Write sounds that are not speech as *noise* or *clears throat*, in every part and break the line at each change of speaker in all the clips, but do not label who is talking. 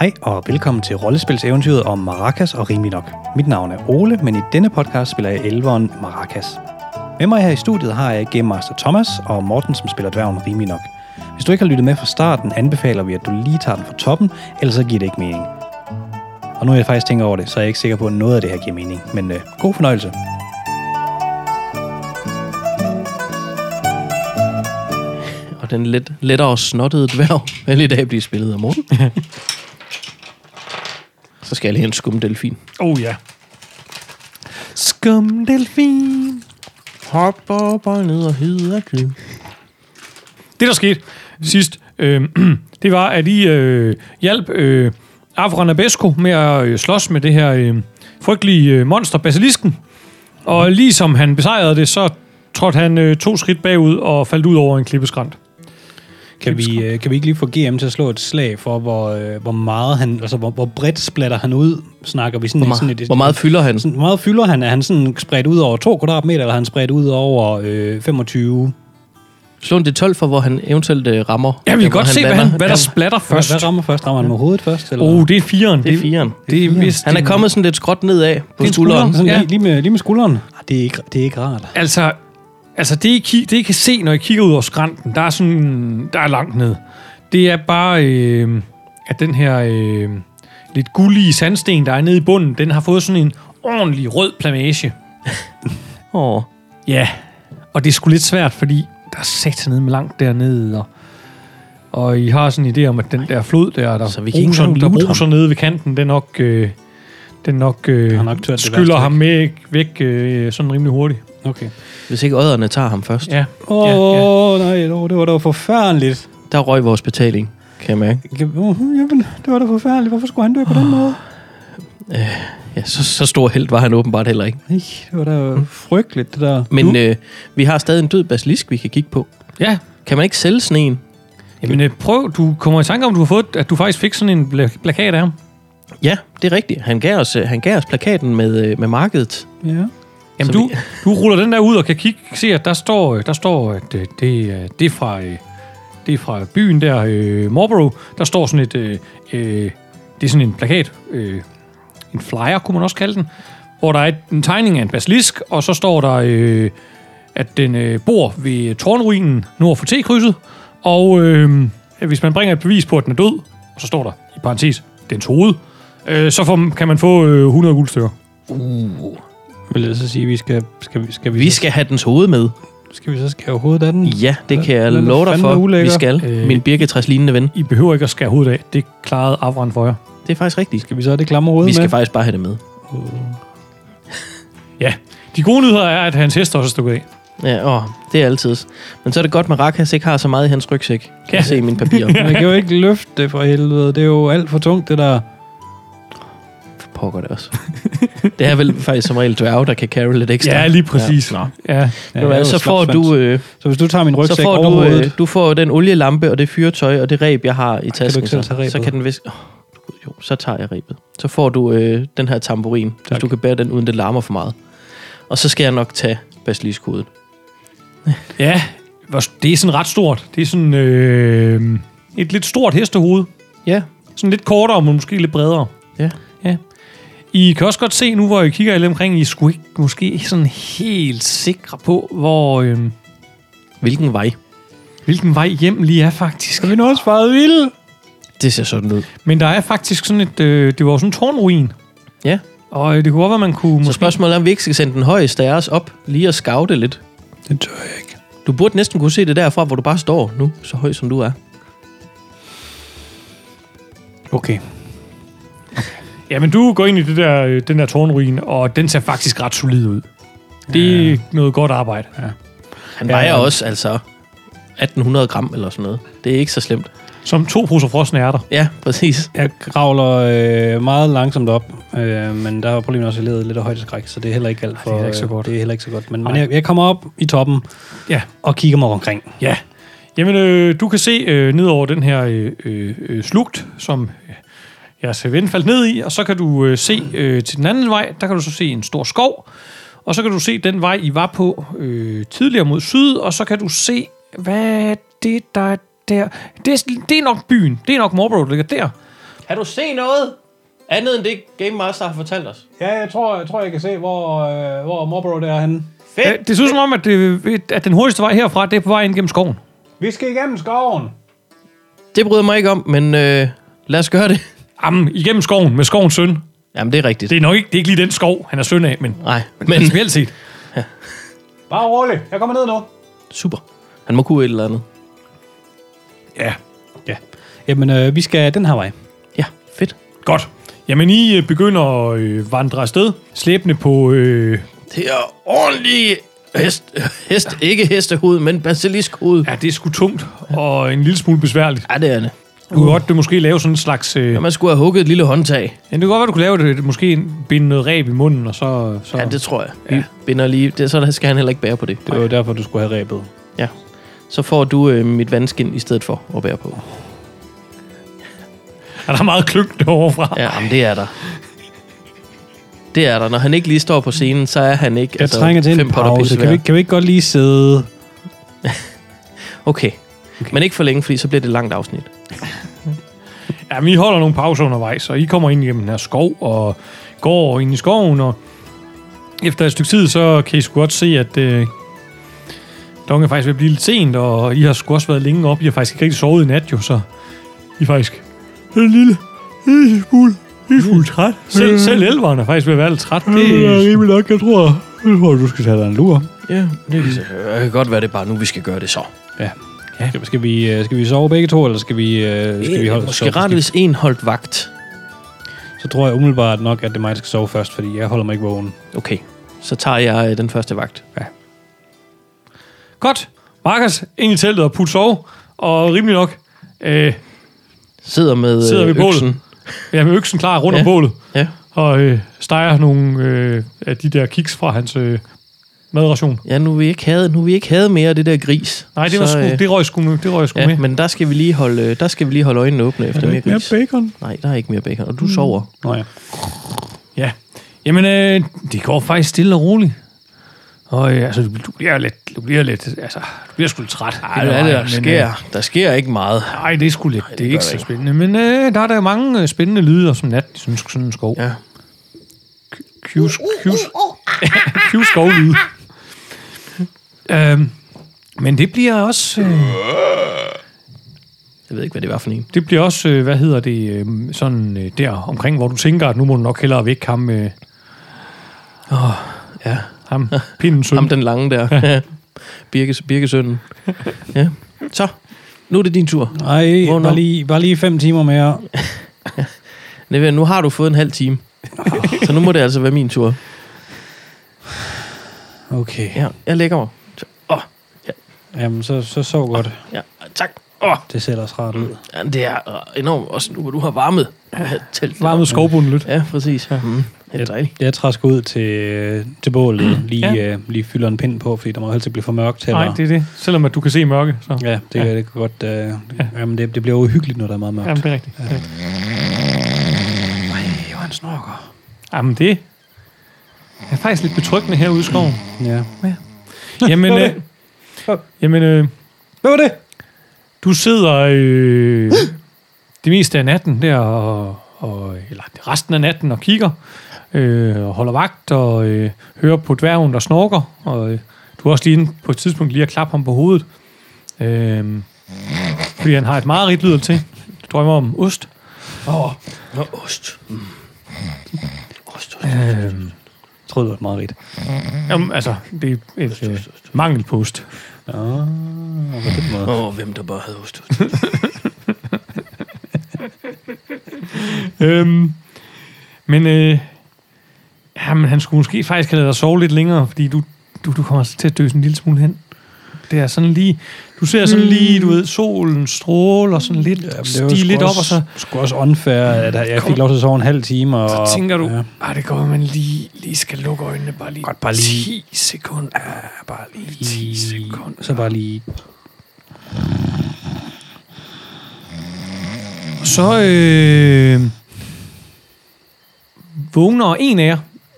Hej og velkommen til rollespilseventyret om Maracas og Rimelig Nok. Mit navn er Ole, men i denne podcast spiller jeg elveren Maracas. Med mig her i studiet har jeg Game Master Thomas og Morten, som spiller dværgen Rimelig Nok. Hvis du ikke har lyttet med fra starten, anbefaler vi, at du lige tager den fra toppen, ellers så giver det ikke mening. Og nu er jeg faktisk tænker over det, så er jeg ikke sikker på, at noget af det her giver mening. Men øh, god fornøjelse.
Og den let, lettere snottede dværg *laughs* vil i dag blive spillet af Morten. *laughs* Så skal jeg lige have en skumdelfin.
Oh ja.
Skumdelfin, hop op og ned og hedder det.
Det, der skete sidst, øh, *clears throat* det var, at I øh, hjalp øh, Afranabesco med at øh, slås med det her øh, frygtelige øh, monster, Basilisken. Og lige som han besejrede det, så trådte han øh, to skridt bagud og faldt ud over en klippeskrant.
Kan vi, øh, kan vi ikke lige få GM til at slå et slag for, hvor, øh, hvor meget han, altså hvor, hvor bredt splatter han ud, snakker vi sådan,
Hvor,
sådan
meget, hvor meget fylder han?
Sådan, hvor meget fylder han? Er han sådan spredt ud over 2 kvadratmeter, eller er han spredt ud over øh, 25?
Slå en D12 for, hvor han eventuelt øh, rammer.
Ja, vi kan
Hvor
godt se, hvad,
lander.
han, hvad der
Ja.
splatter først.
Hvad, hvad rammer først? Rammer han med hovedet først? Eller?
Oh, det er firen.
Det er firen.
Det er vist,
Han er kommet sådan lidt skråt nedad på
Det er
skulderen.
Sådan
ja.
lige, lige, med, lige med skulderen? Ah, Det er ikke, det er ikke rart.
Altså, altså det, I, ki- det I kan se, når I kigger ud over skrænten, der er sådan, der er langt ned. Det er bare, øh, at den her øh, lidt gullige sandsten, der er nede i bunden, den har fået sådan en ordentlig rød plamage.
Åh,
Ja. Og det er sgu lidt svært, fordi der er sat nede med langt dernede, og, og I har sådan en idé om, at den der flod der, der,
Så vi kan ikke
bruser,
engang
der
lute ham.
bruser nede ved kanten, den nok, øh, den nok, øh,
har nok tørt det værste
skyller ham med, væk øh, sådan rimelig hurtigt.
Okay.
hvis ikke ødderne tager ham først.
Ja.
Åh,
ja, ja.
oh, nej, oh, det var da forfærdeligt.
Der røg vores betaling, kan jeg mærke.
Oh, jamen, det var da forfærdeligt. Hvorfor skulle han dø på den måde?
Ja, så, så stor held var han åbenbart heller ikke.
Ej, det var da frygteligt, det der.
Men øh, vi har stadig en død basilisk, vi kan kigge på.
Ja,
Kan man ikke sælge sådan en?
Jamen øh, prøv, du kommer i tanke om, du har fået, at du faktisk fik sådan en bla- plakat af ham.
Ja, det er rigtigt. Han gav os, øh, han gav os plakaten med, øh, med markedet.
Ja.
Jamen
Så
du, du ruller den der ud og kan kigge, se, at der står, øh, der står at øh, det, er- det, er fra, øh, det er fra byen der, øh, Marlborough. Der står sådan et, øh, øh, det er sådan en plakat, øh, en flyer kunne man også kalde den, hvor der er et, en tegning af en basilisk, og så står der, øh, at den øh, bor ved tårnruinen nord for T-krydset, og øh, hvis man bringer et bevis på, at den er død, og så står der i parentes, dens hoved, øh, så får, kan man få øh, 100 guldstykker.
Uh.
Vil jeg så sige, vi skal, skal, vi, skal, vi,
Vi
så,
skal have dens hoved med.
skal vi så skære hovedet af den?
Ja, det kan jeg
Den er
love dig
fandme
for, vi
ulækker.
skal.
Øh.
Min birketræs lignende ven.
I behøver ikke at skære hovedet af. Det klarede Avran for jer.
Det er faktisk rigtigt.
Skal vi så have det klamme hoved
Vi skal
med?
faktisk bare have det med.
Ja. De gode nyheder er, at hans hest også er stukket af.
Ja, åh, det er altid. Men så er det godt, at Rakas ikke har så meget i hans rygsæk. Kan
Ja.
jeg se i mine papirer.
Man kan jo ikke løfte det for helvede. Det er jo alt for tungt, det der.
Pokker det også. Det er vel faktisk som regel dværge, der kan carry lidt ekstra.
Ja, lige præcis.
Ja. Nå.
Ja.
Ja,
Ved du hvad,
jeg er jo
så får du,
slapsvans.
øh,
Så hvis du tager min
så
rygsæk
får
over
du,
hovedet...
øh, du får den olielampe og det fyretøj og det reb, jeg har i
ikke
tasken.
selv
så,
tage rebet?
så kan den vis... Oh, jo, så tager jeg rebet. Så får du øh, den her tamburin, hvis
Tak.
du kan bære den, uden det larmer for meget. Og så skal jeg nok tage basiliskoden.
ja. Hvor- Det er sådan ret stort. Det er sådan øh, et lidt stort hestehoved.
Ja,
Sådan lidt kortere, men måske lidt bredere.
Ja.
ja. I kan også godt se nu, hvor I kigger alle omkring, I skulle ikke måske sådan helt sikre på, hvor, øh,
hvilken vej?
hvilken vej hjem lige er faktisk.
Skal vi nu også faret vilde?
Det ser sådan ud.
Men der er faktisk sådan et, øh, det var jo sådan en tårnruin.
Ja.
Og øh, det kunne godt være, man kunne...
Så spørgsmålet er, om vi ikke skal sende den højeste af os op, lige og scoute lidt.
Det tør jeg ikke.
Du burde næsten kunne se det derfra, hvor du bare står nu, så høj som du er.
Okay.
Ja, men du går ind i det der, øh, den der tårnruin, og den ser faktisk ret solid ud. Det er noget godt arbejde. Ja.
Han
Ja,
vejer
ja.
også, altså, 1800 gram eller sådan noget. Det er ikke så slemt.
Som to poser frosne ærter.
Ja, præcis.
Jeg kravler øh, meget langsomt op, øh, men der er problemet også, at jeg leder lidt af højdeskræk, så det er heller ikke alt for...
det er ikke så
øh,
godt.
Det er heller ikke så godt. Men, men
Nej.
jeg, jeg kommer op i toppen
Ja.
og kigger mig omkring.
Ja. Jamen, øh, du kan se øh, ned over den her øh, øh, øh, slugt, som øh, jeres ven faldt ned i, og så kan du øh, se øh, til den anden vej, der kan du så se en stor skov, og så kan du se den vej, I var på øh, tidligere mod syd, og så kan du se, hvad er det, der er der. Det er, det er nok byen. Det er nok Marlborough, der ligger der.
Kan du se noget andet end det, Game Master har fortalt os?
Ja, jeg tror, jeg, tror, jeg kan se, hvor, øh, hvor Morbro der er henne.
Ja, Øh, det synes som om, at, det, at den hurtigste vej herfra, det er på vej ind gennem skoven.
Vi skal igennem skoven.
Det bryder jeg mig ikke om, men øh, lad os gøre det.
Jamen, igennem skoven med skovens søn.
Jamen, det er rigtigt.
Det
Det...
er nok ikke, det er ikke lige den skov, han er søn af, men,
Nej,
men
men
principielt set.
Bare rolig. Jeg kommer ned nu.
super. Han må kunne et eller andet.
Ja,
Ja. Jamen, øh, vi skal den her vej.
Ja, fedt.
godt. Jamen, I øh, begynder at øh, vandre afsted, slæbende på... Øh,
Det er ordentlig hest, hest, ikke hestehoved, men basiliskhoved.
ja, det er sgu tungt og en lille smule besværligt.
Ja, det er det.
Du kunne godt du måske lave sådan en slags... Øh,
Man skulle have hugget et lille håndtag.
ja, det kunne godt være, du kunne lave det, måske en- binde noget ræb i munden, og så... så
Ja, det tror jeg. Vi binder lige. Det, så skal han heller ikke bære på det.
Det var jo derfor, du skulle have rebet.
Ja. Så får du øh, mit vandskin i stedet for at bære på.
er der meget kløgt overfra. Ja.
Ja, jamen, det er der. Det er der. Når han ikke lige står på scenen, så er han ikke...
Jeg altså, trænger til en
fem potter
pause. Kan
pissevær.
vi, kan vi ikke godt lige sidde...
Okay. okay. Men ikke for længe, fordi så bliver det et langt afsnit.
Jamen, I holder nogle pauser undervejs, og I kommer ind igennem den her skov, og går ind i skoven, og efter et stykke tid, så kan I sgu godt se, at øh, Dong er faktisk ved at blive lidt sent, og I har sgu også været længe op. I har faktisk ikke rigtig sovet i nat, jo, så I er faktisk en lille, lille smule, lille smule træt. Selv, selv elveren er faktisk ved at være lidt træt. Det er
rimelig nok, jeg tror. Jeg tror, du skal tage dig en lur.
Ja, Øh, det kan godt være, det er bare nu, vi skal gøre det så.
Ja. ja. Skal, vi, øh, skal vi sove begge to, eller skal vi, øh, skal vi holde
Måske
sove
rart, hvis en holdt vagt.
Så tror jeg umiddelbart nok, at det er mig, der skal sove først, fordi jeg holder mig ikke vågen.
Okay, så tager jeg øh, den første vagt.
godt. Markus, ind i teltet og put sove, og rimelig nok. Øh,
Sidder med
Sidder ved
øh,
bålet.
øksen.
jeg med øksen klar rundt
Ja.
om bålet.
Ja.
og øh, steger nogle øh, af de der kiks fra hans øh, madration.
ja, nu vi ikke havde, nu vi ikke havde mere af det der gris.
Nej, det, var
så,
sgu,
øh,
det røg sgu, med- det røg sgu ja, med.
Ja, men der skal vi lige holde, øh, der skal vi lige holde øjnene åbne efter mere gris.
bacon.
Nej, der er ikke mere bacon, og du sover.
Nå ja.
Ja. Jamen, øh, det går faktisk stille og roligt. Og øh, altså, du, du bliver lidt, du bliver lidt, altså, du bliver sgu lidt træt.
Ej, hvad er det, der sker? Der sker ikke meget.
Nej, øh, det er sgu lidt, det er ikke så spændende. Men øh, der er der mange øh, spændende lyder som nat, i sådan, sådan en skov.
Ja.
Q's, *laughs* Q's, Q's *laughs* skovlyde. øhm, men det bliver også... Øh,
Jeg ved ikke, hvad det var for en.
Det bliver også, øh, hvad hedder det, øh, sådan øh, der omkring, hvor du tænker, at nu må du nok hellere væk ham, øh,
Ja,
ham pinden søn.
ham den lange *laughs* der. Birkes, Birkesønnen. Ja. Så, nu er det din tur.
Ej,
Vågn
bare
op.
lige, bare lige fem timer mere.
Nevia, nu har du fået en halv *laughs* time. så nu må det altså være min tur.
Okay.
Ja, jeg lægger mig. Så- Åh, ja,
Jamen, så, så sov godt.
ja, tak. Åh,
Det ser ellers rart
Mm.
ud.
ja, det er øh, enormt, også nu hvor du har varmet øh, teltet.
Varmet skovbunden lidt.
Ja, præcis. Ja. Mm, det er dejligt.
Jeg træsker ud til, øh, til bålet, lige,
Ja.
ja. øh, lige fylder en pind på, fordi der må jo helst ikke blive for mørkt til.
Nej,
eller-
det er det. Selvom at du kan se i mørke. Så.
Ja, det, ja. det kan godt... Øh, ja. Jamen, det, det bliver uhyggeligt, når der er meget mørkt.
Jamen, det er rigtigt. Det er rigtigt.
det var en snorker.
Jamen, det er faktisk lidt betryggende herude i skoven.
Ja.
*laughs* Jamen,
Hvad var
øh,
det? Hvad-
jamen øh,
Hvad var det?
du sidder øh, *gasps* det meste af natten der, og, og, eller resten af natten, og kigger, øh, og holder vagt, og øh, hører på dværgen, der snorker, og øh, du er også lige inde på et tidspunkt lige at klappe ham på hovedet, øh, fordi han har et meget rigt lyder til. Du drømmer om ost.
Nå, ost. Mm. Ost, ost.
Øh,
Jeg troede, det var et meget rigt.
jamen, altså, det er et øh, mangel på ost.
Nå, på den måde.
Åh, oh, hvem der bare havde ost. ost.
Øhm, men øh, jamen, han skulle måske faktisk have lavet dig sove lidt længere, fordi du, du, du kommer altså til at døse en lille smule hen. Det er sådan lige... Du ser sådan
Hmm.
lige, du ved, solen stråler sådan lidt, ja, stige lidt op, og så
Skulle også unfair, at jeg fik lov til at sove en halv time. Og,
så tænker du,
Ja.
ja. ah, det går, man lige, lige skal lukke øjnene bare lige,
Godt, bare lige-
10 sekunder. Ja, bare lige 10 sekunder.
Så bare lige...
Så øh, vågner en af jer.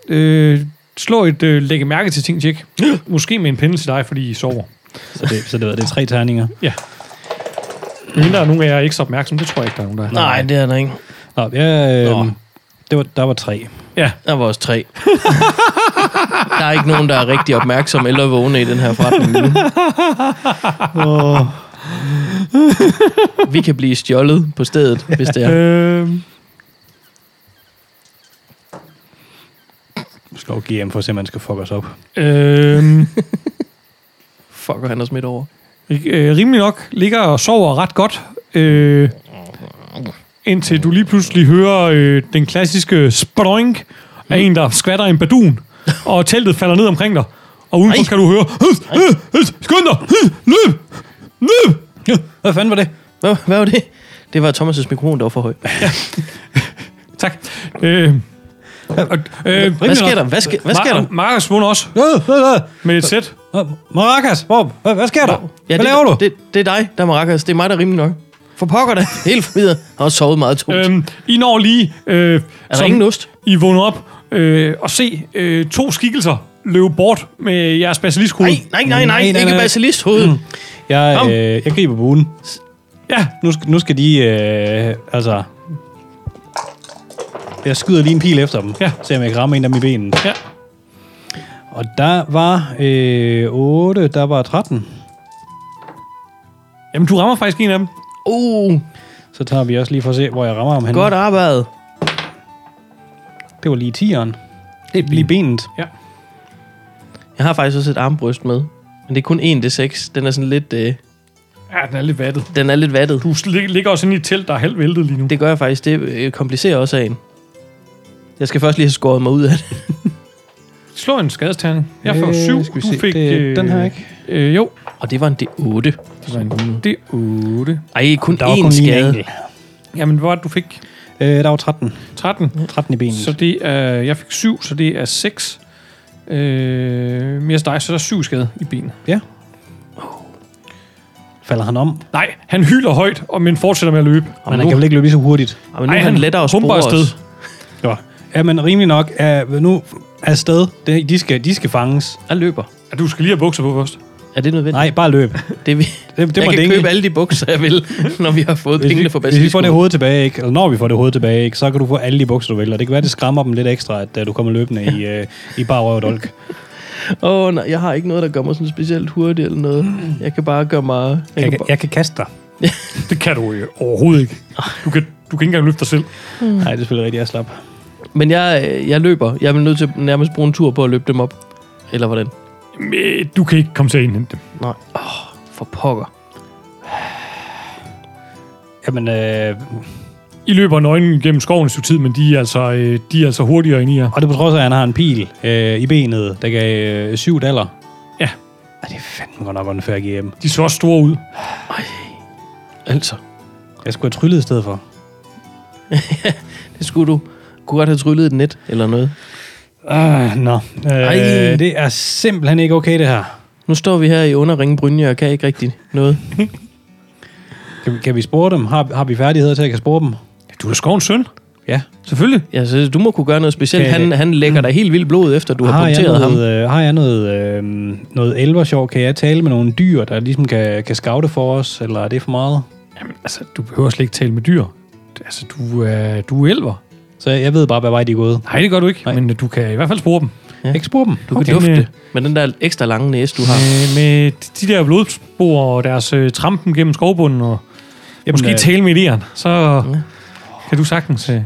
Øh, slå et øh, lægge mærke til ting, tjek. *gasps* Måske med en pinde til dig, fordi I sover.
Så det, så det, var- det er tre terninger.
Ja. Men der er nogen af jer er ikke så opmærksomme, det tror jeg ikke, der er nogen, der er.
Nej, det er der ikke.
Nå, jeg, øh,
Nå.
det var, der var tre.
Ja,
Der var også tre. *laughs* der er ikke nogen, der er rigtig opmærksom eller vågne i den her forretning nu. Vi kan blive stjålet på stedet, hvis det er.
Øhm,
Slå GM for at se, om man skal fuck os op.
øhm,
Fucker han os midt over.
øh, rimelig nok ligger og sover ret godt, øh, indtil du lige pludselig hører øh, den klassiske sproink af en, der skvatter en badun, og teltet falder ned omkring dig. Og udenfor
Ej.
kan du høre, "Høst, øh, øh, skynd dig, øh, løb, løb.
Hvad fanden var det?
Hvad, hvad var det? Det var Thomas' mikrofon, der var for høj.
Tak. Øh, og, øh,
Hvad sker der? Hvad, sker, hvad sker der?
Markus vundet også
Øh, øh, øh.
med et sæt.
Nå, Maracas, Bob, hvad, hvad sker der? hvad
det,
laver du?
Det, det er dig, der er Maracas. Det er mig, der er rimelig nok. For pokker da. Helt forvirret. Har også sovet meget tungt. Øhm,
Øhm, I når lige... Øh,
er der ingen ost?
I vågner op øh, og se øh, to skikkelser løbe bort med jeres basiliskhoved.
Nej, nej, nej, nej.
Nej, nej,
Ikke
nej.
basilist hoved. Mm.
Jeg,
Kom.
øh, jeg griber buen.
Ja,
Nu, sk- nu skal de, øh, altså... Jeg skyder lige en pil efter dem.
Ja.
Se om jeg kan ramme en af dem i benen.
ja.
Og der var øh, 8, der var 13.
Jamen, du rammer faktisk en af dem.
Uh,
Så tager vi også lige for at se, hvor jeg rammer ham henne.
godt arbejde.
Det var lige 10'eren. Det er lige benet.
Ja.
Jeg har faktisk også et armbryst med. Men det er kun 1D6. Den er sådan lidt... Øh,
Ja, den er lidt vattet.
den er lidt vattet.
Du sli- ligger også inde i et telt, der er halvt væltet lige nu.
Det gør jeg faktisk. Det øh, komplicerer også sagen. Jeg skal først lige have skåret mig ud af det. *laughs*
Slå en skadesterning. Jeg får
Øh,
syv.
skal vi
du
se.
fik...
Det- den har jeg ikke.
Øh, jo.
Og det var en D8.
Det var en det er 8.
Ej, kun
Der var
én
kun lige en
skade.
enkelt.
Jamen, hvor var det, du fik?
Øh, der var 13.
13.
13 i benet.
Så det er... Jeg fik 7, så det er 6. Øh, mere dig, så der er syv skade i benet.
Ja. Falder han om?
Nej, han hyler højt, og men fortsætter med at løbe.
Og
Men
nu,
han kan vel ikke løbe lige så hurtigt?
og nu er han lettere at spore
humper afsted.
os.
Ja. Ja, men rimelig nok. Er, nu er sted. Det- De skal, de skal fanges.
Jeg løber.
Ja, du skal lige have bukser på først.
Er det nødvendigt?
Nej, bare løb.
Det, er vi,
det
jeg
må
kan
Dingle.
købe alle de bukser, jeg vil, *laughs* når vi har fået
Hvis vi,
pengene for
hvis vi får det
basiliskolen.
hoved tilbage, ikke? eller når vi får det hoved tilbage, ikke? så kan du få alle de bukser, du vælger. Det kan være, det skræmmer dem lidt ekstra, at øh, du kommer løbende i, øh, i bare røv og dolk.
Åh oh, nej, jeg har ikke noget, der gør mig sådan specielt hurtigt eller noget. Jeg kan bare gøre mig... Jeg kan
Jeg, kan-
bare-
jeg kan kaste dig.
Det kan du øh, overhovedet ikke. Du kan, du kan ikke engang løfte dig selv.
Nej, det er selvfølgelig rigtigt, jeg er slap.
Men jeg, øh, jeg løber. Jeg er nødt til nærmest bruge en tur på at løbe dem op. Eller hvordan?
Jamen, øh, Du kan ikke komme til at indhente dem.
Nej. Åh, oh, for pokker.
Jamen, øh,
I løber nøglen gennem skoven i tid, men de er altså, øh, de er altså hurtigere end I er.
og det er på trods af, at han har en pil øh, i benet, der gav øh, 7 dollar.
Ja.
Ej, det er fandme godt nok unfair GM.
De ser også store ud.
Altså.
Jeg skulle have tryllet i stedet for.
Det skulle du. Kunne godt have tryllet et net eller noget.
Uh, nå.
Ej.
Øh, det er simpelthen ikke okay, det her.
Nu står vi her i underringen Brynje og kan ikke rigtig noget.
Kan, vi- kan vi spore dem? Har, har vi færdigheder til at kan spore dem?
Du er da skovens søn.
Ja.
Selvfølgelig.
Ja, så du må kunne gøre noget specielt.
Kan-
Han, han lægger dig helt vildt blod efter, du har,
har, jeg
punkteret ham.
noget, øh, har jeg noget, øh, noget elversjov? Kan jeg tale med nogle dyr, der ligesom kan, kan scoute for os? Eller er det for meget?
Jamen, altså, du behøver slet ikke tale med dyr. Altså, du, øh, du er elver.
Så jeg ved bare, hvad vej de er gået.
Nej, det gør du ikke,
Nej.
Nej. men øh, du kan i hvert fald spore dem.
Ja. Ikke spore dem.
Du kan
Okay.
dufte
Men, øh,
det med den der ekstra lange næse, du har.
Med, Øh, med de der blodspor og deres øh, trampen gennem skovbunden og Jamen, måske
øh,
øh. tale med idéerne, så kan du sagtens... Øh.
Jeg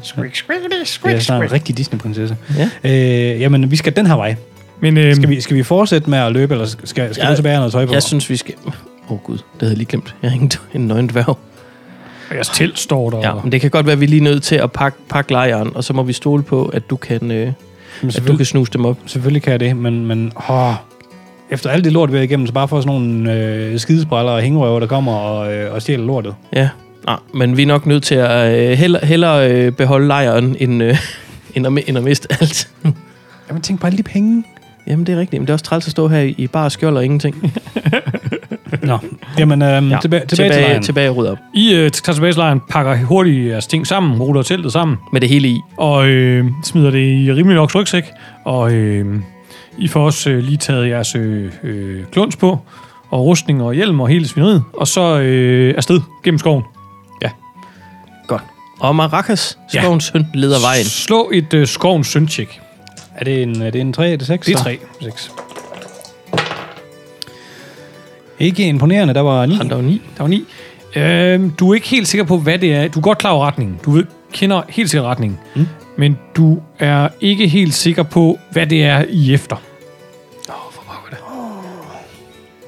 er snart en rigtig Disney-prinsesse.
Ja.
Øh, jamen, vi skal den her vej.
Men øh,
Skal vi, skal vi fortsætte med at løbe, eller skal, skal
Ja,
du tilbage og have noget tøj på?
Jeg synes, vi skal... Åh oh, gud, det havde jeg lige glemt. Jeg har ingen en nøgen dværg.
jeres telt står der.
Ja, men det kan godt være, at vi er lige er nødt til at pakke, pakke lejren, og så må vi stole på, at du kan, øh,
Jamen,
at du
selvfølgelig,
kan snuse dem op.
selvfølgelig kan jeg det, men... men åh, efter alt det lort, vi har igennem, så bare få sådan nogle øh, skidespræller og hængerøver, der kommer og, øh, og stjæler lortet.
Ja, nej, men vi er nok nødt til at øh, hellere, hellere øh, beholde lejren, end, øh, *laughs* end, at, mi- end at miste alt.
Jamen, tænk bare alle de penge.
Jamen, det er rigtigt. Men det er også træls at stå her i, i bare skjold og ingenting.
Nå, jamen, øh, ja. tilbage, tilbage, tilbage, til
tilbage,
lejren.
tilbage og rydde op.
I øh, tager tilbage til lejren, pakker hurtigt jeres ting sammen, ruller teltet sammen,
Med det hele i.
og øh, smider det i rimelig nok rygsæk. Og øh, I får også øh, lige taget jeres øh, øh, kluns på, og rustning og hjelm og hele svineriet, og så øh, afsted gennem skoven.
Godt. Og Maracas, skovens ja. høn, leder vejen.
Slå et øh, skovens syndtjek.
Er det en, er det en 3 eller 6?
Det er 3. 6.
Ikke imponerende, der var 9.
Han der var ni.
Der var 9. Øhm, du er ikke helt sikker på, hvad det er. Du er godt klar over retningen. Du ved, kender helt sikkert retningen. Mm. Men du er ikke helt sikker på, hvad det er i efter.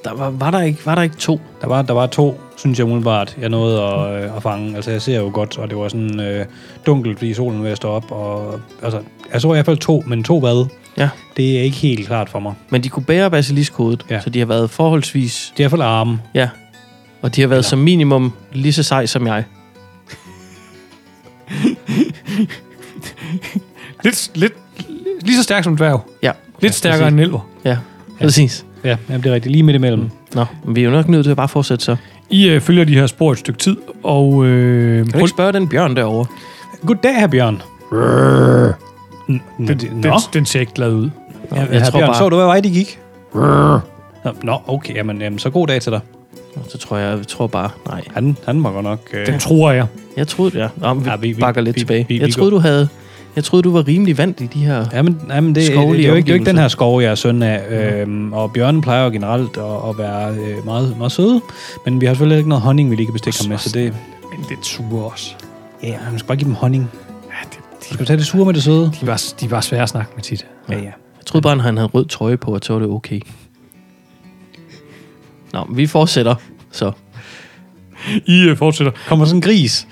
Der var, var, der ikke, var der ikke to?
Der var, der var to, synes jeg umiddelbart, jeg nåede at, øh, at fange. Altså, jeg ser jo godt, og det var sådan øh, dunkelt, fordi solen var ved at stå op. Og, altså, jeg så i hvert fald to, men to hvad?
Ja.
Det er ikke helt klart for mig.
Men de kunne bære basiliskhovedet,
Ja.
ja. så de har været forholdsvis...
Det er i hvert fald arme.
Ja. Og de har været som minimum lige så sej som jeg.
Lidt, lidt, lige så stærk som en dværg.
Ja,
Lidt stærkere end en elver.
ja. Præcis.
Ja, jamen, det er rigtigt. Lige midt imellem. Mm.
Nå, men vi er jo nok nødt til at bare fortsætte så.
I øh, følger de her spor et stykke tid, og... Øh,
Kan du ikke spørge den bjørn derovre?
Goddag, herr Bjørn.
den, den,
Nå.
den, den ser ikke glad ud.
Ja, jeg,
jeg
herr
tror
Bjørn,
bare-
så du, hvad vej de gik? Nå, Nå, okay, jamen, jamen, så god dag til dig.
Nå, Så tror jeg, jeg tror bare, nej.
Han, han var godt nok... Øh,
Den tror jeg.
Jeg troede, ja. Nå, men vi,
Ja,
ja,
vi-
vi
vi-
bakker lidt
vi-
tilbage.
vi- vi
jeg troede,
går-
du havde... Jeg troede, du var rimelig vant i de her... Ja.
Jamen, jamen det, det, det, er jo
Skovlige
ikke, det er jo ikke den
omgivelser.
her skov, jeg er søn af. Øhm, og bjørnen plejer jo generelt at, at være øh, meget, meget søde. Men vi har selvfølgelig ikke noget honning, vi lige kan bestikke ham med. Så det,
Men lidt sure også.
ja, yeah, man skal bare give dem honning.
Ja, det,
Du skal tage det sure med det søde.
de, var, de var svære at snakke med tit.
Ja, ja.
Jeg troede bare, han havde rød trøje på, og så var det okay. Nå, men vi fortsætter, så.
I øh, fortsætter.
Kommer sådan en gris.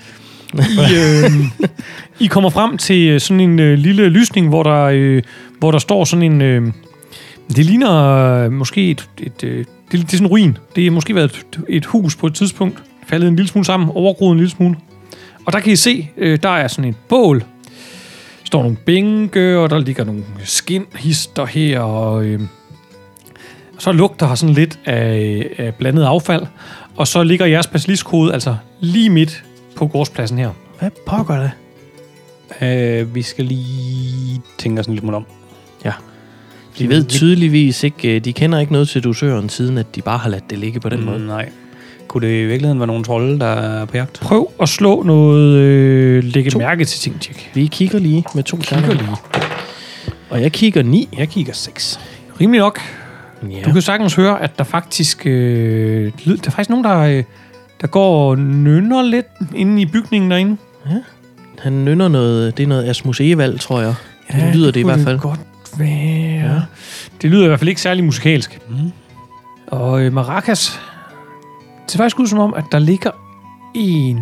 I, øh, I kommer frem til øh, sådan en øh, lille lysning, hvor der, øh, hvor der står sådan en... Øh, det ligner øh, måske et... et øh, det, det er sådan en ruin. Det er måske været et, et hus på et tidspunkt. Faldet en lille smule sammen, overgroet en lille smule. Og der kan I se, øh, der er sådan et bål. Der står nogle bænke, og der ligger nogle skinhister her, og... Øh, så lugter her sådan lidt af, af blandet affald. Og så ligger jeres basiliskode altså lige midt på gårdspladsen her.
Hvad pokker det?
Øh, vi skal lige tænke os en lille smule om.
Ja. De ved tydeligvis ikke, øh, de kender ikke noget til dusøren, siden at de bare har ladt det ligge på den mm.
Mm,
måde.
nej. Kunne det i virkeligheden være nogle trolde, der er på jagt?
Prøv at slå noget øh, lægge to. mærke til ting, tjek.
Vi kigger lige med to kigger lige. Og jeg kigger ni.
Jeg kigger 6.
Rimelig nok.
Ja.
Du kan sagtens høre, at der faktisk, øh, lyd- der er faktisk nogen, der, øh, der går og nynner lidt inde i bygningen derinde.
Han nynner noget, det er noget Asmus Evald, tror jeg. Ja, det lyder det, det i
kunne
hvert fald.
godt være. Ja. Det lyder i hvert fald ikke særlig musikalsk. Mm. Og øh, Maracas, det ser faktisk ud som om, at der ligger en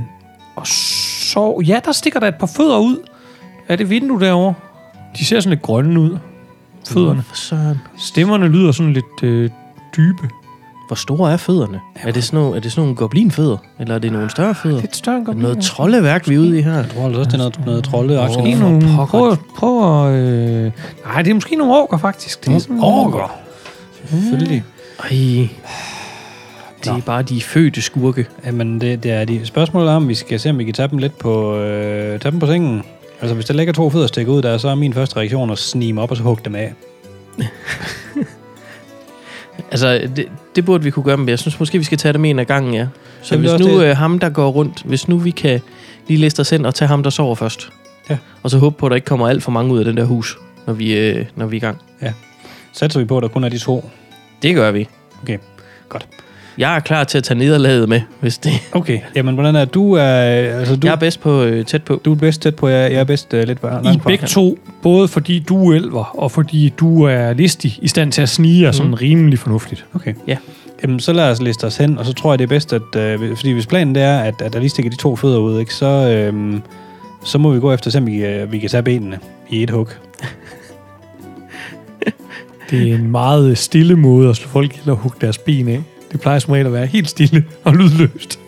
og så... Ja, der stikker der et par fødder ud af det vindue derovre. De ser sådan lidt grønne ud, fødderne.
Hvor Søren.
Stemmerne lyder sådan lidt øh, dybe.
Hvor store er fødderne? Er det sådan nogle, er det sådan nogle goblinfødder? Eller er det nogle større fødder?
Lidt større end
Er det
godt.
noget troldeværk, vi er ude i her?
Jeg tror altså også, det er noget, noget trolde.
Åh.
Oh.
Måske
Åh,
nogle...
pokker.
Prøv, prøv at... Øh, nej, det er måske nogle orker, faktisk. Det er sådan,
Orker. Selvfølgelig.
Ej, det er bare de fødte skurke.
Jamen, det, det er de. Spørgsmålet er, om vi skal se, om vi kan tage dem lidt på, øh, tage dem på sengen. Altså, hvis der ligger to fødder stikker ud der, så er min første reaktion at snige dem op og så hugge dem af.
Altså, det, det burde vi kunne gøre, men jeg synes måske, vi skal tage dem en af gangen, ja. Så
Jamen, det er
hvis
også
nu
det.
øh, ham, der går rundt, hvis nu vi kan lige liste os ind og tage ham, der sover først.
Ja.
Og så håbe på, at der ikke kommer alt for mange ud af den der hus, når vi, øh, når vi er i gang.
Satser vi på, at der kun er de to.
Det gør vi.
Okay, godt.
Jeg er klar til at tage nederlaget med, hvis det...
Okay, jamen, hvordan er du? Er, altså,
Du...
du,
Jeg er bedst på øh, tæt på.
du er bedst tæt på, jeg, jeg er bedst øh, lidt var-
I er
langt fra.
begge to, både fordi du er elver, og fordi du er listig, i stand til at snige og sådan rimelig fornuftigt.
Okay.
Ja.
Jamen, så lad os liste os hen, og så tror jeg, det er bedst, at... Øh, fordi hvis planen det er, at, at der lige stikker de to fødder ud, ikke, så, øh, så må vi gå efter, selvom vi, øh, vi kan tage benene i et hug.
Det er en meget stille måde at slå folk ihjel og hugge deres ben af. Det plejer som regel at være helt stille og lydløst.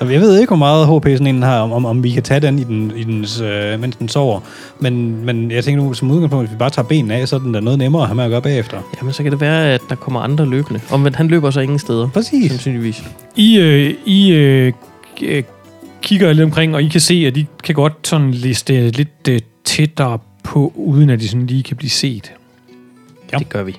Nå, men Jeg ved ikke, hvor meget HP sådan en har, om, om, om vi kan tage den, i den, i dens, øh, mens den sover. Men, men jeg tænker nu, som udgangspunkt, hvis vi bare tager benene af, så er den da noget nemmere at have med at gøre bagefter.
Jamen, så kan det være, at der kommer andre løbende. Omvendt, han løber så ingen steder.
Præcis.
Sandsynligvis.
I, øh, I øh, k- øh, kigger lidt omkring, og I kan se, at I kan godt sådan liste lidt øh, tættere på, uden at de sådan lige kan blive set.
Ja.
Det gør vi.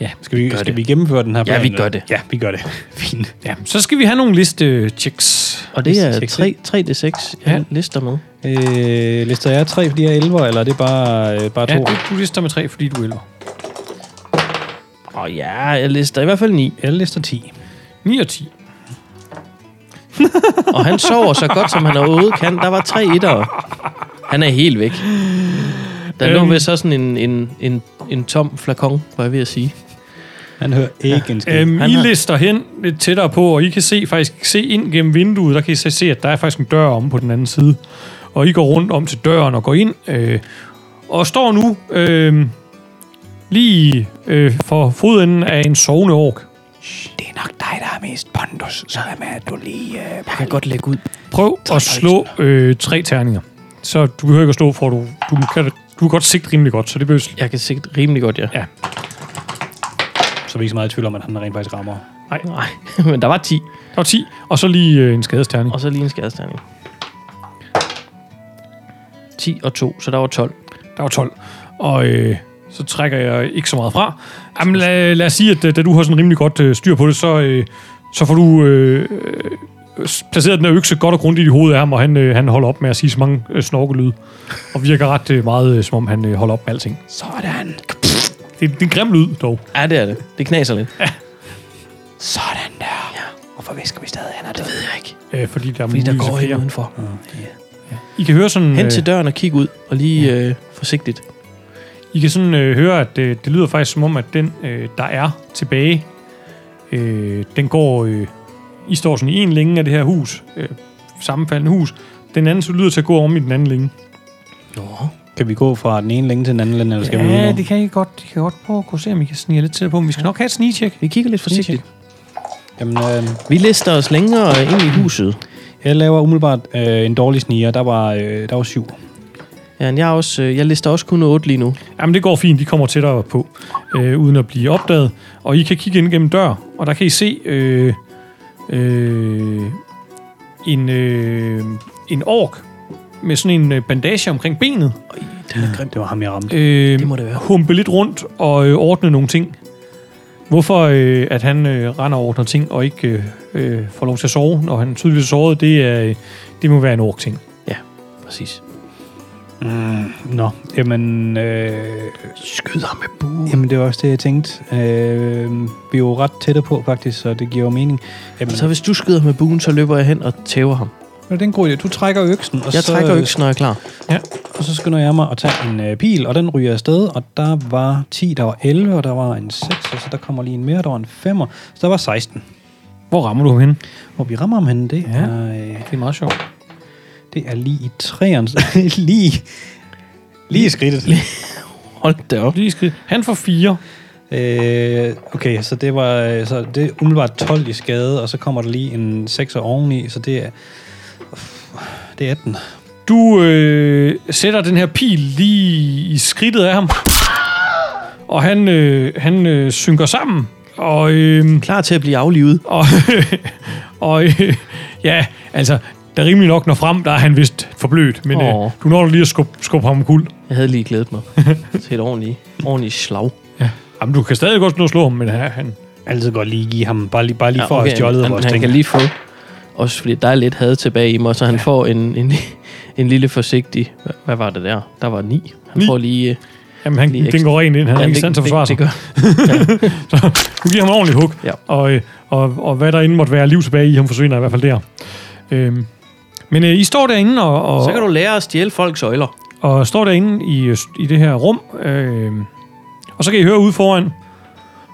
Ja.
Skal vi,
gør
skal
det.
vi gennemføre den her
Ja,
plan?
vi gør det.
Ja, vi gør det. *laughs* Fint.
ja. Så skal vi have nogle liste øh, checks.
Og det
Liste
er
seks,
3, 3D6, jeg
Ja.
lister med.
Øh, lister jeg tre, fordi jeg er 11, eller er det bare, øh, bare
Ja,
to?
du, du lister med tre, fordi du er elver.
Og ja, jeg lister i hvert fald 9.
Jeg lister 10.
9 og 10.
Og han sover så godt, som han overhovedet kan. Der var tre etter. Han er helt væk. Der lå
Øhm.
vist så sådan en, en, en, en tom flakon, var jeg ved at sige.
Han hører ikke en skid.
Øhm,
Han
I
har-
lister hen lidt tættere på, og I kan se, faktisk se ind gennem vinduet. Der kan I så se, at der er faktisk en dør om på den anden side. Og I går rundt om til døren og går ind. Øh, og står nu øh, lige øh, for fodenden af en sovende ork.
Det er nok dig, der er mest pondus, så er med, at du lige... Øh,
Jeg kan godt lægge ud.
Prøv at slå øh, tre terninger. Så du behøver ikke at slå, for du, du, kan, du kan godt sigte rimelig godt, så det behøves...
Jeg kan sikkert rimelig godt, ja.
så er vi ikke så meget i tvivl om, at han rent faktisk rammer.
Nej, *laughs* men der var 10.
Der var 10, og så lige øh, en skadesterning.
Og så lige en skadesterning. 10 og 2, så der var 12.
Der var 12. Og øh, så trækker jeg ikke så meget fra. Jamen, lad, lad os sige, at øh, da du har sådan rimelig godt øh, styr på det, så, øh, så får du øh, øh, s- placeret den her økse godt og grundigt i hovedet af ham, og han, øh, han holder op med at sige så mange øh, snorkelyde. Og virker ret øh, meget, øh, som om han øh, holder op med alting.
Sådan.
Det, det er en grim lyd, dog.
Ja, det er det. Det knaser lidt.
Sådan der. Ja. Hvorfor visker vi stadig, han er det?
ved jeg ikke.
Øh, fordi der, er
Fordi der
muligvis
går
flere.
en udenfor.
I kan høre sådan...
Hen
øh,
til døren og kig ud, og lige øh, forsigtigt.
I kan sådan øh, høre, at øh, det lyder faktisk som om, at den, øh, der er tilbage, øh, den går... Øh, I står sådan i en længe af det her hus, øh, sammenfaldende hus. Den anden så lyder til at gå om i den anden længe.
Kan vi gå fra den ene længe til den anden længe, eller skal vi
ja,
ud nu?
det kan I godt. I kan godt prøve at kunne se, om I kan snige lidt til på. Men vi skal nok have et snigetjek.
Vi kigger lidt forsigtigt.
Jamen, øh,
Vi lister os længere ind i huset.
jeg laver umiddelbart øh, en dårlig sniger. Der var, øh, der var syv.
Ja, men jeg, er også, øh, jeg lister også kun 8 lige nu.
Jamen, det går fint. De kommer tættere på, øh, uden at blive opdaget. Og I kan kigge ind gennem dør, og der kan I se øh, øh, en, øh, en ork med sådan en øh, bandage omkring benet.
Den er grim.
Det var ham, jeg ramte.
øh,
Det må det være.
humpe lidt rundt og øh, ordne nogle ting. Hvorfor øh, at han øh, render og ordner ting og ikke øh, øh, får lov til at sove, når han tydeligvis er såret, det, er, øh, det må være en ork ting.
Præcis.
Mm, nå, jamen... Øh,
Skyd ham med bue.
jamen, det var også det, jeg tænkte. Øh, vi er jo ret tætte på, faktisk, så det giver jo mening. Jamen,
Så hvis du skyder ham med buen, så løber jeg hen og tæver ham.
det er en god idé. Du trækker øksen, og
Jeg
så,
trækker øksen, når jeg er klar.
Og så skynder jeg mig at tage en øh, pil, og den ryger afsted, og der var 10, der var 11, og der var en 6, og så der kommer lige en mere, der var en 5, så der var 16.
Hvor rammer du ham henne?
Hvor vi rammer om henne, det,
Ja.
ja. er, øh,
Det er meget sjovt.
det er lige i træerne. *laughs* lige, lige i skridtet.
Hold da op.
Lige skridt. Han får fire.
Øh, okay, så det var øh, så det er umiddelbart 12 i skade, og så kommer der lige en 6 oveni, så det er, det er 18.
Du øh, sætter den her pil lige i skridtet af ham, og han, øh, han øh, synker sammen, og... Øh,
Klar til at blive aflivet.
Og, *laughs* og *laughs* øh, ja, altså, der rimelig nok når frem, der er han vist forblødt, men
Åh.
øh, du når da lige at skubbe, skubbe ham kul.
Jeg havde lige glædet *laughs* mig til et ordentligt, ordentligt slag.
Jamen, du kan stadig godt nå at slå ham, men han, han
Altid godt lige give ham, bare lige, bare lige ja, for okay, at have stjålet
han,
vores
han, han
ting.
kan lige få, også fordi der er lidt had tilbage i mig, så han ja. får en, en, *laughs* en lille forsigtig, hvad, hvad var det der? Der var ni. Han
Ni.
får lige... øh,
jamen, han,
Lige
den går rent ind, han er ikke i stand til at forsvare
det,
sig.
det, gør.
Du giver ham en ordentlig hug,
Ja.
og, øh, og, og hvad der end måtte være liv tilbage i ham, forsvinder i hvert fald der. Øhm, men øh, I står derinde og, og,
Så kan du lære at stjæle folks øjler.
og står derinde i, øh, i det her rum, øh, og så kan I høre ude foran,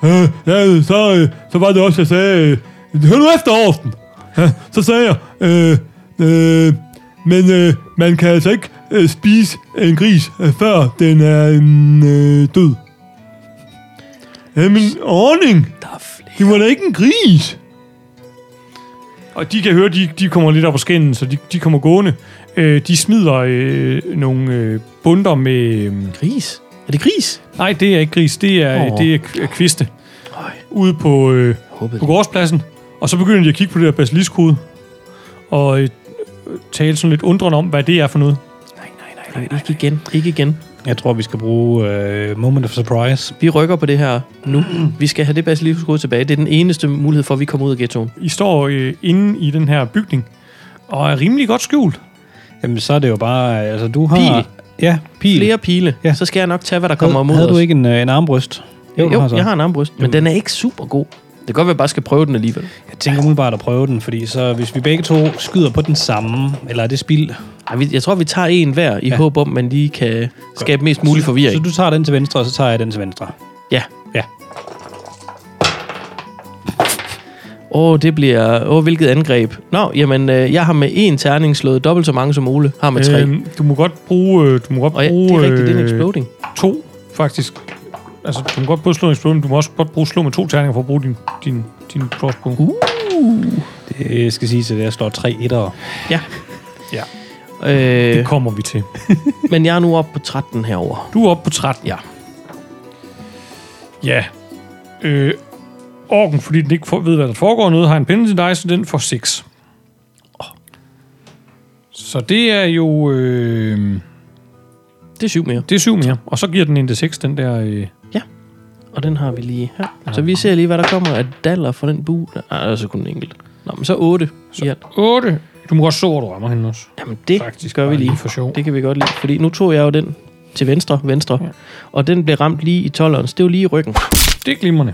øh, ja, så, øh, så var det også, jeg sagde, øh, hør nu efter, Orsten. Ja, så sagde jeg, øh, øh, men øh, man kan altså ikke øh, spise en gris, øh, før den er øh, død. Jamen, ordning!
Der er flere.
Det var da ikke en gris. Og de kan høre, de, de kommer lidt op på skinnen, så de, de kommer gående. Øh, de smider øh, nogle øh, bunder med... Øh,
Gris? Er det gris?
nej, det er ikke gris, det er,
Åh.
oh. det er k- kviste.
Øj,
Ude på, øh,
håbede
på
det.
gårdspladsen. Og så begynder de at kigge på det der basiliskode. Og øh, tale sådan lidt undrende om, hvad det er for noget.
Nej, nej, nej, ikke igen. Ikke igen.
Jeg tror, vi skal bruge øh, Moment of Surprise.
Vi rykker på det her
*clears throat*
nu. Vi skal have det basilikuskud tilbage. Det er den eneste mulighed for, at vi kommer ud af ghettoen.
I står øh, inde i den her bygning, og er rimelig godt skjult.
Jamen, så er det jo bare... Altså, du har...
Pil.
Ja, pil.
Flere pile,
Ja.
ja. så skal jeg nok tage, hvad der
Havde,
kommer imod
havde du
os.
ikke en, øh, en armbryst?
Jo,
du
jo
så.
jeg har en armbryst, men den er ikke super god. Det kan godt være, at jeg bare skal prøve den alligevel.
Jeg tænker umiddelbart at prøve den, fordi så hvis vi begge to skyder på den samme, eller er det spild?
Ej, vi- jeg tror, vi tager en hver i
Ja.
ja. håb om, man lige kan skabe mest mulig
Så
forvirring.
du tager den til venstre, og så tager jeg den til venstre.
Ja.
Ja.
Åh, det bliver... Åh, hvilket angreb. Nå, jamen, øh, jeg har med én terning slået dobbelt så mange som Ole har med
Øh,
tre.
Øhm, du må godt bruge, øh, du må godt
Og ja,
bruge
det er rigtigt, det er en
øh,
exploding.
to, faktisk. Altså, du må godt både slå en exploding, du må også godt bruge slå med to terninger for at bruge din, din, din crossbow. Uh.
Det skal sige, at jeg slår tre etter.
Ja.
Ja.
Øh,
Det kommer vi til.
men jeg er nu oppe på 13 herover.
Du er oppe på 13.
Ja.
Ja. Øh, orken, fordi den ikke for, ved, hvad der foregår noget, har en pinde til dig, så den får 6. Så det er jo... Øh,
Det er syv mere.
det er 7 mere. Og så giver den en til 6, den der... Øh,
Og den har vi lige her. Så vi ser lige, hvad der kommer af daller fra den bu. Nej, der er så kun en enkelt. Nå, men så otte. Så. Ja.
8. Du må godt så, hvor du rammer hende også.
Jamen, det
Faktisk,
Faktisk gør vi
bare
lige.
lige for sjov.
Det kan vi godt lide. Fordi nu tog jeg jo den til venstre, venstre. Ja. Og den blev ramt lige i 12'eren. Så det er jo lige i ryggen.
Det er glimrende.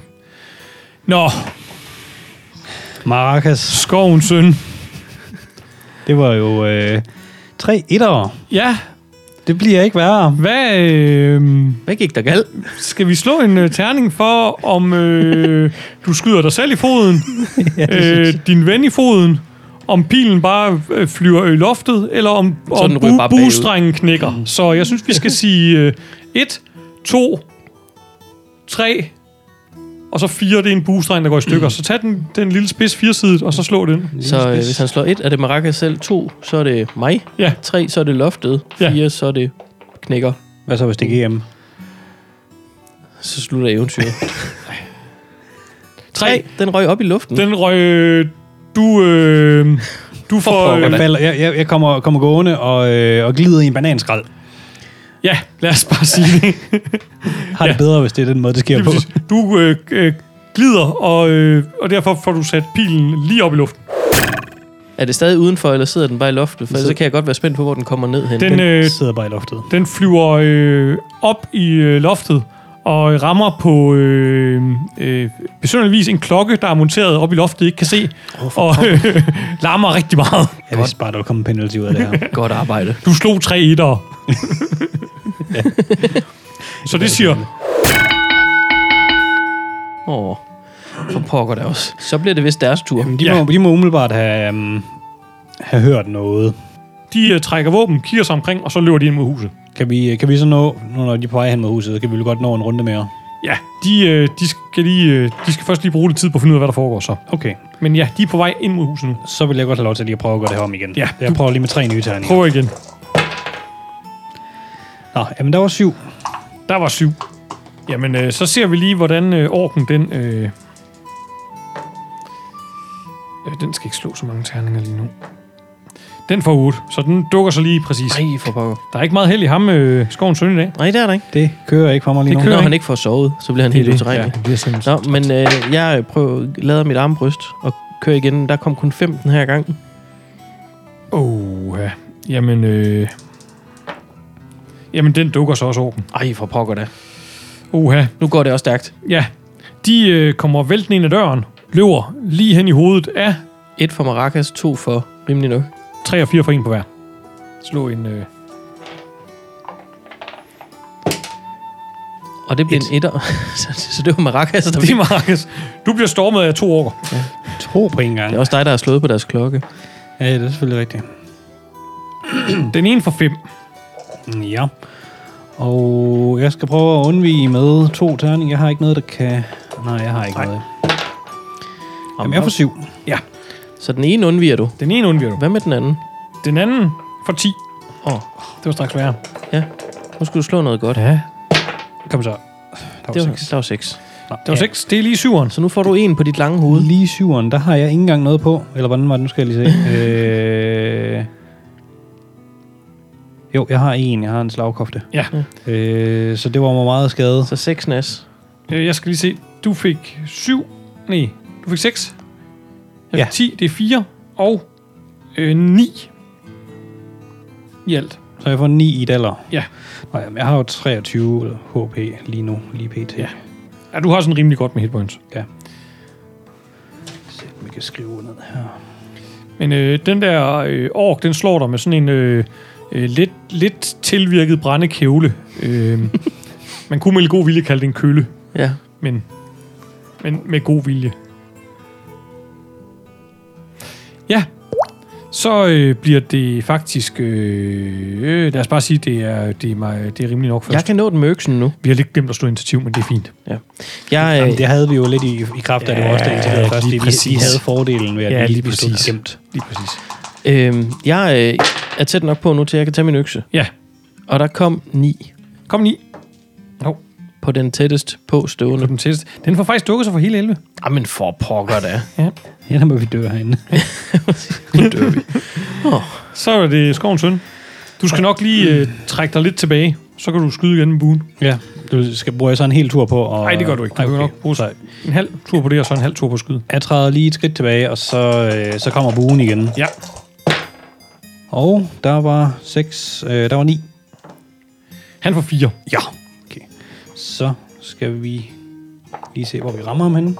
Nå,
Maracas,
skovens søn.
det var jo øh, tre etter.
Ja,
Det bliver ikke værre.
hvad... Øh,
Hvad gik der galt?
skal vi slå en øh, terning for, om øh, du skyder dig selv i foden, øh, din ven i foden, om pilen bare øh, flyver i loftet, eller om,
Så
om
den ryger bare bagud. Mm.
buestrengen knækker. Så jeg synes, vi
*laughs*
skal sige øh, 1, 2, 3, og så 4, det er en buestreng, der går i stykker. Så tag den, den lille spids firesidet, og så slå den.
Så øh, hvis han slår et, er det Maracas selv. To, så er det mig.
Ja.
Tre, så er det loftet.
Ja.
Fire, så er det knækker.
Hvad så, hvis det er GM?
Så slutter *laughs* eventyret. Tre, den røg op i luften.
Den røg... øh, Du, øh, du får...
pokker
Øh,
da.
Jeg, falder, jeg, jeg, jeg kommer, kommer gående og, øh, og glider i en bananskrald.
ja, lad os bare sige det.
Har det bedre, hvis det er den måde, det sker
Lige
på.
præcis. Du øh, øh, glider, og, øh, og derfor får du sat pilen lige op i luften.
Er det stadig udenfor, eller sidder den bare i loftet? For ellers så kan jeg godt være spændt på, hvor den kommer ned hen.
Den,
Den
øh,
sidder bare i loftet.
den flyver øh, op i øh, loftet og rammer på øh, øh, besynderligvis en klokke, der er monteret op i loftet, ikke kan se, oh, og øh, *laughs* larmer rigtig meget.
Jeg vidste bare, der ville komme en penalty ud af
*laughs*
det
øh,
her.
Godt arbejde.
Du slog tre *laughs* etter. *laughs* Så det siger,
Åh, for pokker det også. Så bliver det vist deres tur.
De, ja.
Ja.
må, de må umiddelbart have, um, have hørt noget.
de øh, trækker våben, kigger sig omkring, og så løber de ind mod huset.
Kan vi, øh, kan vi så nå, nu når de er på vej hen mod huset, så kan vi vel godt nå en runde mere.
Ja, de, øh, de, skal lige, øh, de skal først lige bruge lidt tid på at finde ud af, hvad der foregår så.
Okay,
Men ja, de er på vej ind mod huset nu.
så vil jeg godt have lov til lige at prøve at gøre det her om igen.
Ja,
Jeg
du-
prøver lige med tre nye terninger.
Prøv igen.
Nå, jamen der var syv.
Der var syv. Jamen, øh, så ser vi lige, hvordan øh, orken den... Øh, øh, den skal ikke slå så mange terninger lige nu. Den får 8, så den dukker så lige præcis.
Nej, for pokker.
Der er ikke meget held i ham, øh, skovens søn i dag.
Nej, det er der ikke.
Det kører ikke for mig lige
Det
nu.
kører
Når
ikke.
han ikke får sovet, så bliver han helt utilregnelig.
det bliver simpelthen...
Nå, men øh, jeg prøver, lader mit armbryst og kører igen. Der kom kun 15 her gang.
Åh, ja. Jamen, øh, jamen, den dukker så også orken.
Ej, for pokker da.
Oha,
Nu går det også stærkt.
ja. De øh, kommer væltende ind ad døren, løber lige hen i hovedet af
Et for Maracas, to for rimelig nok.
3 og 4 for en på hver. Slå en... Øh,
Og det bliver en etter. *laughs* så, så det var Maracas, der
det er
fik.
Marcus. Du bliver stormet af to orker.
To på en gang.
Det er også dig, der har slået på deres klokke.
Ja, det er selvfølgelig rigtigt.
Den ene for 5.
Mm, Ja. Og jeg skal prøve at undvige med to terninger. Jeg har ikke noget, der kan... Nej, jeg har ikke Nej. noget. Jamen, jeg får syv.
Ja.
Så den ene undviger du.
Den ene undviger du.
Hvad med den anden?
Den anden for 10.
Åh, oh,
Det var straks værre.
ja. Nu skal du slå noget godt.
Ja.
Kom så. Der
Det
var
var,
seks.
der var seks.
Det var 6. Det er lige 7'eren.
Så nu får du en på dit lange hoved.
Lige syveren, der har jeg ikke engang
*laughs*
noget på. Eller hvordan var det? Nu skal jeg lige se. øh... Jo, jeg har en. Jeg har en slagkofte.
Ja.
Øh, så det var mig meget skade.
Så seks nas.
Øh, Jeg skal lige se. Du fik 7. Nej, du fik 6. Jeg fik
Ja.
ja. 10, det er 4. Og øh, 9. I alt.
Så jeg får 9 i daller.
Ja.
Nå, jamen, jeg har jo 23 HP lige nu, lige pt.
Ja. Ja, du har sådan rimelig godt med hitpoints.
Så vi kan skrive ned her.
Men øh, den der øh, ork, den slår dig med sådan en øh, øh, lidt, lidt tilvirket brændekævle. *laughs* Øh, man kunne med god vilje kalde det en kølle,
Ja.
men, men med god vilje. Ja, så øh, bliver det faktisk... Øh, øh, lad os bare sige, det er, det er, mig, det er rimelig nok først.
Jeg kan nå den med øksen nu.
Vi har lidt glemt at stå initiativ, men det er fint.
Jeg,
Jamen,
øh,
det havde vi jo lidt i, i kraft af, det var også det integrerede først. fordi Vi,
lige
vi
præcis.
havde fordelen ved, at
Ja,
vi
lige
vi stod
præcis.
gemt.
Lige præcis.
øh, jeg øh, er tæt nok på nu, til at jeg kan tage min økse.
Ja,
Og der kom ni
kom ni.
på den tættest på
På
stående.
den, tætteste. den får faktisk dukket sig for hele 11.
Jamen for pokker da.
Ja, der må vi dø
*laughs*
herinde.
Nu dør vi.
Så er det skovens søn. Du skal nok lige øh, trække dig lidt tilbage. Så kan du skyde igen med buen.
ja. Du skal bruge så en hel tur på. Og,
Nej, det gør du ikke. Du
Ej,
kan
okay.
nok bruge sig en halv tur på det, og så en halv tur på skyde.
Jeg træder lige et skridt tilbage, og så, øh, så kommer buen igen.
Ja.
Og der var 6, øh, der var 9.
Han får fire.
Ja. Okay. Så skal vi lige se, hvor vi rammer ham henne.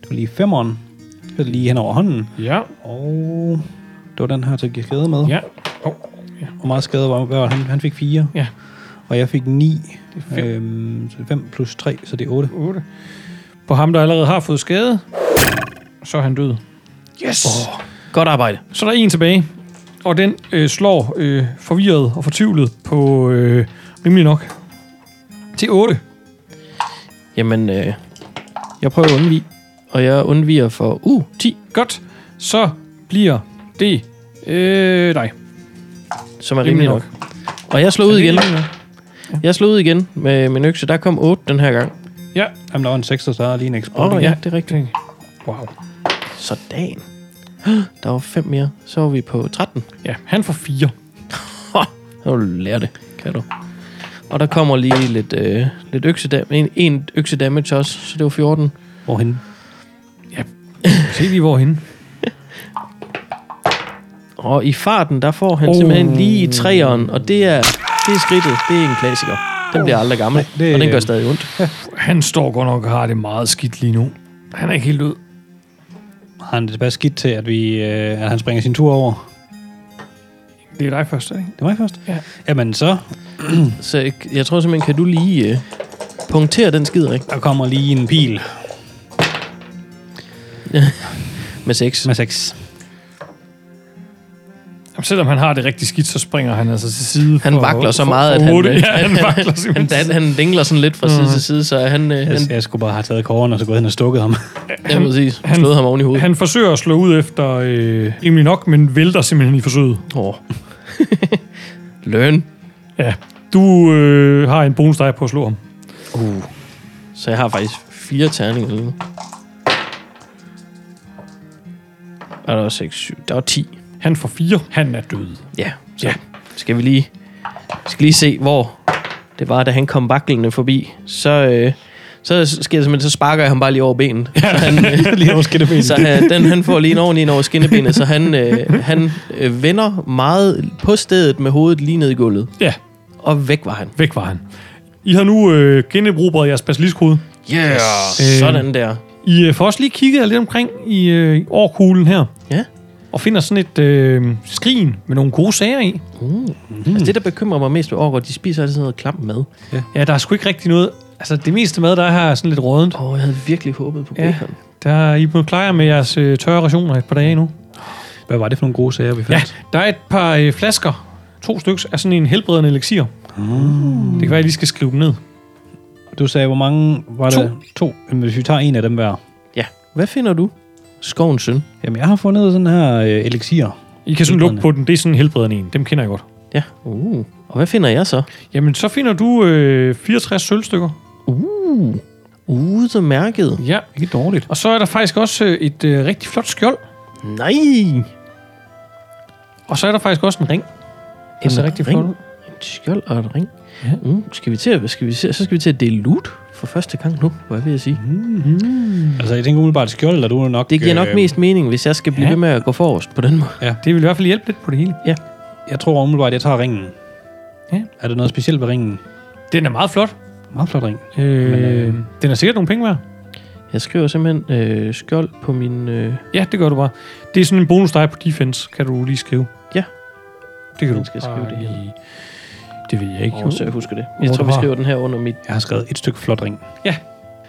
Det var lige femmeren. Det var lige hen over hånden.
Ja.
Og det var den her, der gik skade med.
Ja. Oh.
Hvor meget skade var, hvad var han? Han fik 4.
Ja.
Og jeg fik 9.
fem.
Øhm, 5 plus 3, så det er 8.
8. På ham, der allerede har fået skade, så er han død. Yes! Oh.
Godt arbejde.
Så er der en tilbage, og den øh, slår øh, forvirret og fortvivlet på øh, rimelig nok til 8.
Jamen, øh, jeg prøver at undvige. Og jeg undviger for, uh, 10.
Godt. Så bliver det øh, dig.
Som er rimelig nok. Og jeg slår ud igen. Jeg slog ud igen med min økse. Der kom 8 den her gang.
Ja,
Jamen, der var en 6, der er lige en eksport.
Åh, oh,
Oh,
ja, det er rigtigt.
Wow.
Sådan. *gasps* Der var fem mere. Så var vi på 13.
Ja, han får fire.
Ha! Så vil du lære det, kan du. Og der kommer lige lidt, øh, lidt øksedam- en, en øksedamage også, så det var 14.
Hvorhen?
Se lige hvorhen.
Og i farten, der får han oh.
Oh.
simpelthen lige i træeren, og det er, det er skridtet. Det er en klassiker. Den bliver aldrig gammel,
Nej, det-
og den gør stadig ondt.
Han står godt nok og har det meget skidt lige nu. Han er ikke helt død.
Har han det bare skidt til, at, vi, øh, at han springer sin tur over?
Det er dig først, ikke?
Det var jeg først.
Ja.
Jamen, så
Så jeg, jeg tror simpelthen, kan du lige øh, punktere den skider, ikke?
der kommer lige en pil
Med 6.
med 6.
Jamen, selvom han har det rigtig skidt, så springer han altså til side.
Han
for-
vakler så
for-
meget, at
for
han, *laughs*
otte.
øh,
Ja, han vakler
Han,
simpelthen. Mm.
dan, han dingler sådan lidt fra side til side, så han, øh,
Jeg,
han,
jeg skulle bare have taget kåren og så gået hen og stukket ham. *laughs*
jeg må sige, slået ham oven i hovedet.
Han forsøger at slå ud efter øh, rimelig nok, men vælter simpelthen i forsøget.
Åh. *laughs* Learn.
Ja. Du øh, har en bonus dig på at slå ham.
Uh. Så jeg har faktisk fire terninger lige nu. Og der var 6, 7, der var 10.
Han får fire. Han er død.
Ja, så
Ja.
skal vi lige, skal lige se, hvor det var, da han kom vaklende forbi. Så, øh, så sker det simpelthen, så sparker jeg ham bare lige over benet. Så *laughs* han, øh,
lige over skinnebenet.
*laughs* så han, den, han får lige en ordentlig ind over skinnebenet, så han, øh, han øh, vender meget på stedet med hovedet lige ned i gulvet.
Ja,
Og væk var han.
væk var han. I har nu øh, generobret jeres basiliskode.
Yeah. Øh. Sådan der.
I øh, får også lige kigget jer lidt omkring i øh, årkuglen her.
Ja.
Og finder sådan et øh, skrin med nogle gode sager i.
Mm. Altså det, der bekymrer mig mest ved Orker, de spiser altid sådan noget klam mad.
Ja, der er sgu ikke rigtig noget... Altså, det meste mad, der er her, er sådan lidt rådent.
Åh, oh, jeg havde virkelig håbet på
Ja.
bacon.
Der, I må klare jer med jeres øh, tørre rationer et par dage nu.
Hvad var det for nogle gode sager, vi fandt?
Ja, der er et par øh, flasker. To stykker af sådan en helbredende elixir. Mm. Det kan være, at I lige skal skrive dem ned.
Du sagde, hvor mange var
To.
det? To. Jamen, hvis vi tager en af dem hver.
Ja. Hvad finder du? Skovens søn.
Jamen, jeg har fundet sådan her øh, elixir.
I kan
Helbredende.
sådan lukke på den. Det er sådan en helbredende en. Dem kender jeg godt.
Ja. Uh. Og hvad finder jeg så?
Jamen, så finder du øh, 64 sølvstykker.
Uh. Udemærket.
Ja.
Ikke dårligt.
Og så er der faktisk også øh, et øh, rigtig flot skjold.
Nej.
Og så er der faktisk også en ring. Han ser rigtig flot ud.
En skjold og en ring.
Ja.
Ja. Mm, skal vi til at, skal vi se, så skal vi til at dele loot for første gang nu, hvad vil jeg sige.
Mm.
Altså, jeg tænker umiddelbart skjold, og du er nok...
Det giver nok
øh,
mest mening, hvis jeg skal blive
ja.
ja. ved med at gå forrest på den måde.
Ja,
Det vil i hvert fald hjælpe lidt på det hele.
jeg tror umiddelbart, jeg tager ringen.
Ja.
Er der noget specielt ved ringen?
Den er meget flot.
Meget flot ring.
Øh,
Men,
Men,
øh,
øh, den er sikkert nogle penge værd.
Jeg skriver simpelthen øh, skjold på min... Øh,
Ja, det gør du bare. Det er sådan en bonus dig på defense, kan du lige skrive.
Ja.
Det kan du
Den skal jeg skrive
bare
det her.
lige- Det ved jeg ikke.
oh, så jeg husker det.
Hvor
Jeg tror,
du
vi
har-
skriver den her under mit...
Jeg har skrevet et stykke flot ring.
Ja.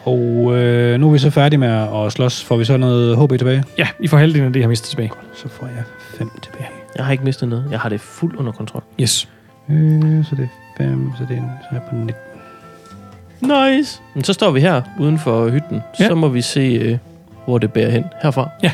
Og øh, nu er vi så færdige med at slås. Får vi så noget HP tilbage?
Ja, I får halvdelen af det, jeg har mistet tilbage.
Så får jeg 5 tilbage.
Jeg har ikke mistet noget. Jeg har det fuldt under kontrol.
Yes.
Øh, så det er 5, så det er, en- så er jeg på 19.
Nice! Men så står vi her uden for hytten.
Ja.
Ja. Så må vi se, øh, hvor det bærer hen herfra.
Ja.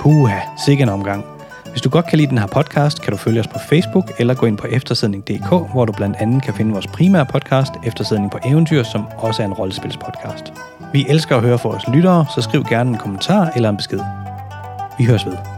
Puha, sikke en omgang. Hvis du godt kan lide den her podcast, kan du følge os på Facebook eller gå ind på eftersidning.dk, hvor du blandt andet kan finde vores primære podcast, Eftersidning på Eventyr, som også er en rollespilspodcast. Vi elsker at høre fra vores lyttere, så skriv gerne en kommentar eller en besked. Vi høres ved.